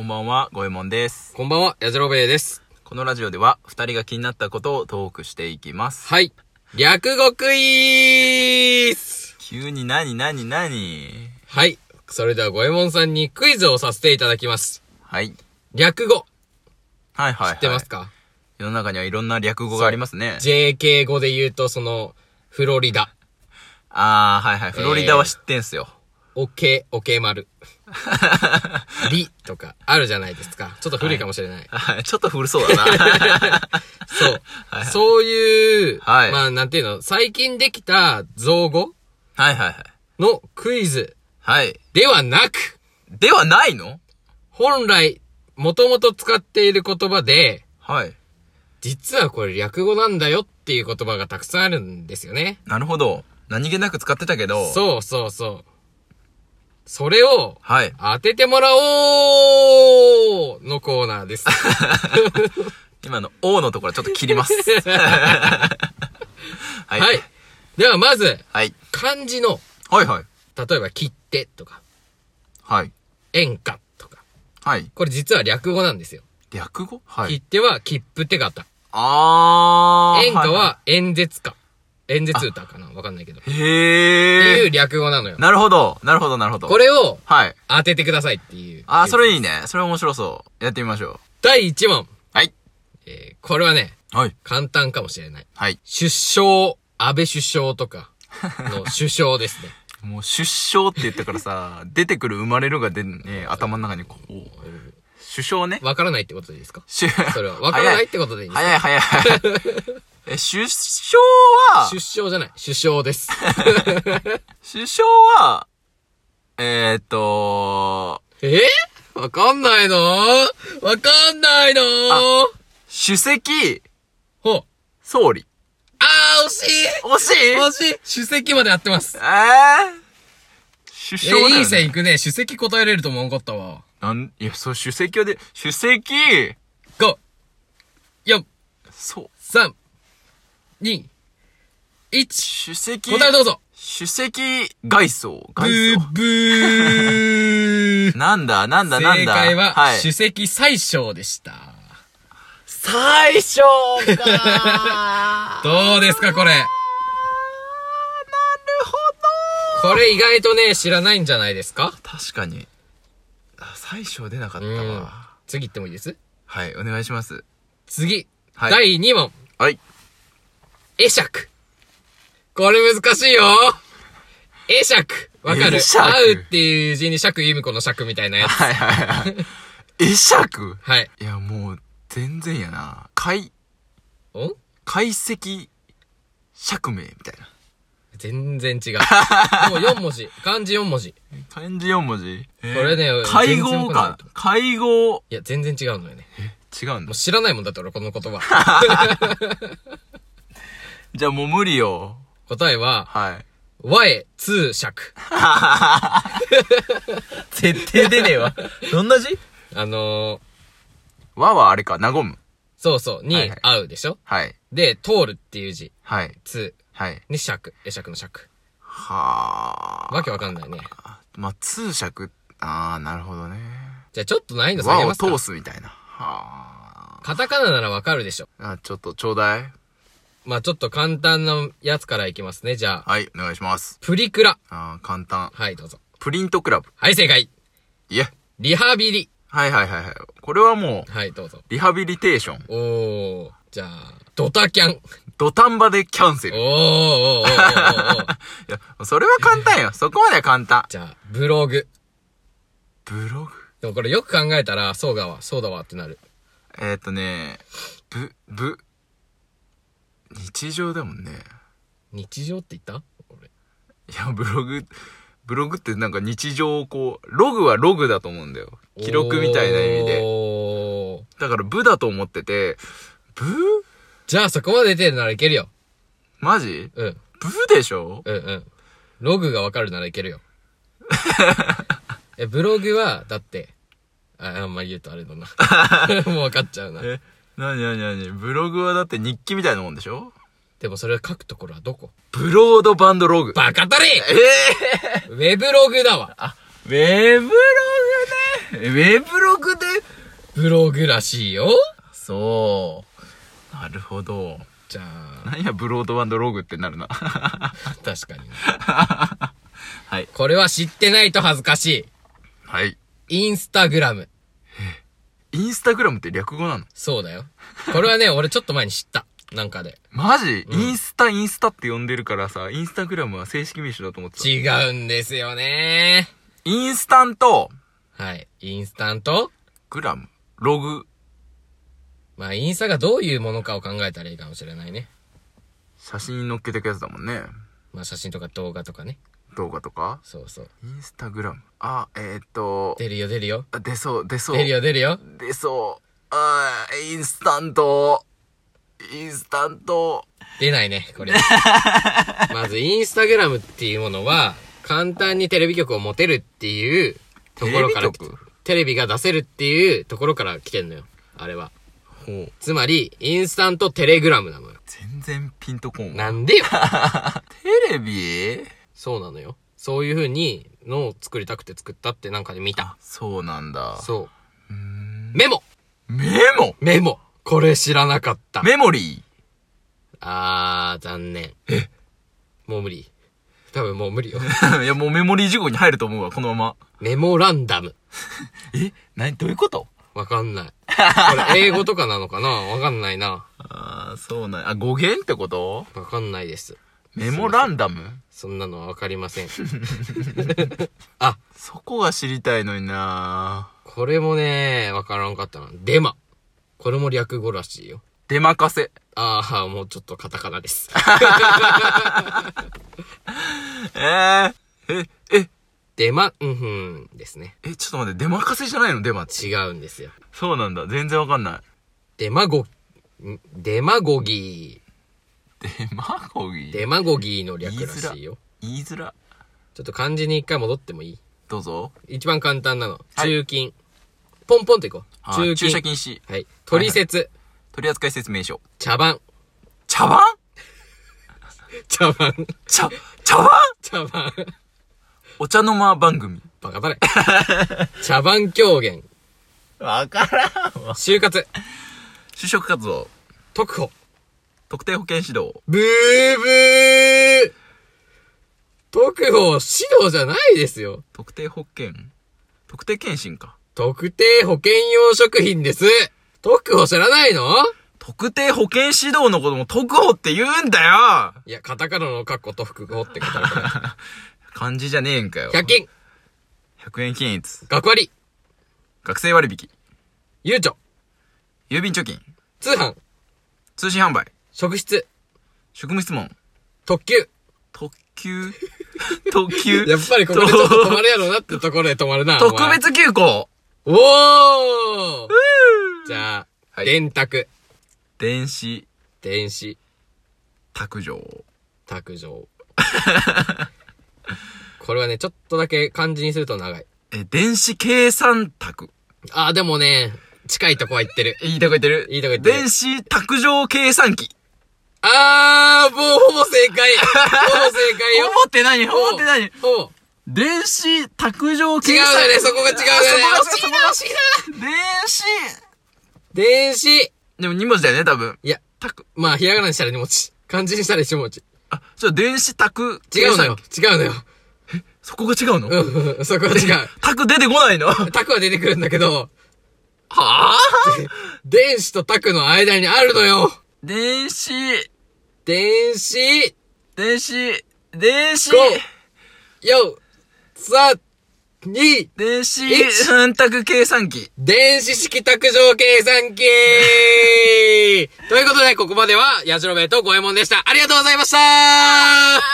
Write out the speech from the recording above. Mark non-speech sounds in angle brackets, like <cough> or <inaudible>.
んばんは、ごえもんです。こんばんは、やじろべえです。このラジオでは、二人が気になったことをトークしていきます。はい。略語クイズ急に何何何はい。それでは、ごえもんさんにクイズをさせていただきます。はい。略語、はいはい、は知い。ってますか、世の中にはいろんな略語がありますね。 ?JK 語で言うと、その、フロリダ、あー、はいはい。フロリダは知ってんすよ。オケ、オ <laughs> ケ丸、リとかあるじゃないですか。ちょっと古いかもしれない。はいちょっと古そうだな。 <laughs> そう。そういう、はいまあ、なんていうの、最近できた造語はいはいはい。のクイズはい。ではなく、ではないの本来、もともと使っている言葉で、はい。実はこれ略語なんだよっていう言葉がたくさんあるんですよね。なるほど。何気なく使ってたけど。う。そうそうそう。それを、はい。当ててもらおうのコーナーです。今の、王のところちょっと切り <laughs> ます。は。はいい、ではまず、はい。漢字の、はいはい。例えば切手とか、はい。演歌とか、はい。これ実は略語なんですよ。略語は切い。手は切符手形。あー。演歌いは演説歌。演説歌かなわかんないけど。っいてへいえう。略語なのよ。なるほど。なるほど、なるほど。これをはい。当ててくださいっていう。あー、それいいね。それ面白そう。やってみましょう。第1問。はい。えーこれはね、はい。簡単かもしれない。はい。出生、安倍首相とか <laughs> の首相ですね。もう出生って言ったからさ、 <laughs> 出てくる生まれるが出んね、頭の中にこう。首相ね。わからないってことでいいですか首それは。わからないってことでいいんです早いか <laughs> 早い早い。え、出生は、出生じゃない。首相です。 <laughs> 首相は、えー、っと、えーわかんないのわかんないの主席、ほう。総理。あー、惜し惜しいい惜しい主席までやってます。えー、首え相だよ、ね。いい線いくね。主席答えれると思わんかったわ。なん、いや、そう、主席はで、主席、 5、4、そう、 3、2、1。主席、答えどうぞ主席、外装、ブ外ー装。ブーなんだ、なんだ、なん <laughs> 正だ。解は、はい。主席最小でした。最初かどうですか、これ。なるほど。これ意外とね、知らないんじゃないですか確かに。あ、最初出なかったうんわ。。次行ってもいいですはい、お願いします。次。はい第2問。はい。会釈。これ難しいよ。会釈。わかる会釈会うっていう字に釈由美子の釈みたいなや <laughs> つ。はいはいはい。会釈はい。いや、もう、全然やな。解、お解析、釈明みたいな。全然 <laughs> 違う。もう4文字。漢字4文字。漢字4文字これね会全然合わかんなかいと。会合。いや、全然違うのよね。違うんもだう。知らないもんだって俺、この言葉。 <laughs> じゃあもう無理よ。答えは、はい。和へ通釈。 <laughs> 絶対出ねえわ。どんな字あのー、和はあれか、和む。そうそう、はいにはい会うでしょはい。で、通るっていう字。はい。通。はい。に釈。会釈の釈。はあ。わけわかんないね。まあ、通尺、ああ、なるほどね。じゃあちょっと難易度下げ和まをすか通すみたいな。はカタカナならわかるでしょ。あ。あ、ちょっとちょうだい。まあちょっと簡単なやつからいきますね。じゃあ、はい、お願いします。プリクラ。ああ、簡単。はい、どうぞ。プリントクラブ。はい、正解。いえ。リハビリ。はいはいはいはい。これはもう、はい、どうぞ。リハビリテーション。おー。じゃあ、ドタキャン。土壇場でキャンセおール。いおーおーおーおーお <laughs> ー。や、それは簡単よ。そこまでは簡単。じゃあ、ブログ。ブログでもこれよく考えたら、そうだわ、そうだわってなる。えー、っとね、ぶ、ぶ、日常だもんね。日常って言った俺。いや、ブログ、ブログってなんか日常をこう、ログはログだと思うんだよ。記録みたいな意味で。おーだから部だと思ってて、部じゃあそこまで出てるならいけるよ。マジうん、部でしょうん、うん。ログがわかるならい <laughs> けるよ。え、ブログは、だって、あ、あんまり言うとあれだ <laughs> な。もうわかっちゃうな。え、なになになにブログはだって日記みたいなもんでしょでもそれを書くところはどこブロードバンドログ。バカたれええウェブログだわ。ウェブログね。えウェブログでブログらしいよ。そう。なるほど。じゃあ、何や、ブロードバンドログってなるな。 <laughs> 確かに。はい。これは知ってないと恥ずかしはい。い。インスタグラム。インスタグラムって略語なのそうだよ。これはね、俺ちょっと前に知った。なんかで。マジ、インスタ、インスタって呼んでるからさ、インスタグラムは正式名称だと思ってた。違うんですよね。インスタント、はい。インスタントグラム、ログ、まあ、インスタがどういうものかを考えたらいいかもしれないね。写真に載っけてくやつだもんね。まあ、写真とか動画とかね。動画とか。そうそう。インスタグラム。あ、えー、っと、出るよ、出るよ。あ出そう、出そう。出るよ、出るよ。出そう。あーインスタント。インスタント。出ないね、これ。 <laughs> まず、インスタグラムっていうものは、簡単にテレビ局を持てるっていうところからテレビ局テレビが出せるっていうところから来てんのよ。あれは。ほう。つまり、インスタントテレグラムなのよ。全然ピンとこんわ。なんでよテレビそうなのよ。そういう風に、のを作りたくて作ったってなんかで見た。そうなんだ。そう。メモメモメモこれ知らなかった。メモリあー、残念。もう無理。多分もう無理よ。 <laughs> ー <laughs> いや、もうメモリー事項に入ると思うわ、このまま。メモランダム。え何どういうことわかんない。これ英語とかなのかなわかんないな。ああ、そうなんあ、語源ってことわかんないです。メモランダムそんなのはわかりません。あ、そこが知りたいのになこれもね、わからんかったな。デマ。これも略語らしいよ。出まかせ。あー、もうちょっとカタカナです。えー、え、え、デマ、うんふんですね。え、ちょっと待って、出まかせじゃないのデマって。違うんですよ。そうなんだ。全然わかんない。デマゴ、んデマゴギデマゴギーー。デマゴギーの略らしいよ。言いづら。ちょっと漢字に一回戻ってもいいどうぞ。一番簡単なの。はい中金。ポンポンといこう。あ中金。駐車禁止。はい。取説、取扱説明書。茶番。茶番茶番。茶、茶番茶番。お茶の間番組。バカだれ。茶番狂言。わからんわ。就活。就職活動。特保。特定保険指導。ブーブー特保指導じゃないですよ。特定保険。特定健診か。特定保険用食品です。特保知らないの特定保険指導のことも特保って言うんだよいや、カタカナのカッコと複合ってことだか漢字じゃねえんかよ。ら。100均。 100円均一。学割。学生割引。ゆうちょ。郵便貯金。通販。通信販売。職質。職務質問。特急。特急。 <laughs> 特急。やっぱりここでちょっと止まるやろうなってところで止まるな。お特前別休校。おーじゃあ、はい電卓、電子電子、卓上。<laughs> 卓上。これはね、ちょっとだけ漢字にすると長い。え、電子計算卓。あー、でもね、近いとこは言ってる。いいとこ言ってるいいとこ言ってる電子卓上計算機。あー、もうほぼ正解ほぼ <laughs> 正解よ思って何ほぼ思って何ほぼ電子卓上違う計算よね、そこが違うよね。そこが惜しいな、惜しいな電子電子でも2文字だよね、多分。いや、卓。まあ、ひらがなにしたら荷物。漢字にしたら一文字。あ、そう、電子卓。違うのよ。。違うのよ。そこが違うの、うんうん、そこは違 <laughs> う。卓出てこないのはタクは出てくるんだけど、あ電子とタクの間にあるのよ <laughs> 電子、電子、電子、電子、よ、さ、に、電子、一うんたく計算機。電子式卓上計算機ということで、ここまでは、やじろべえと五右衛門でした。ありがとうございました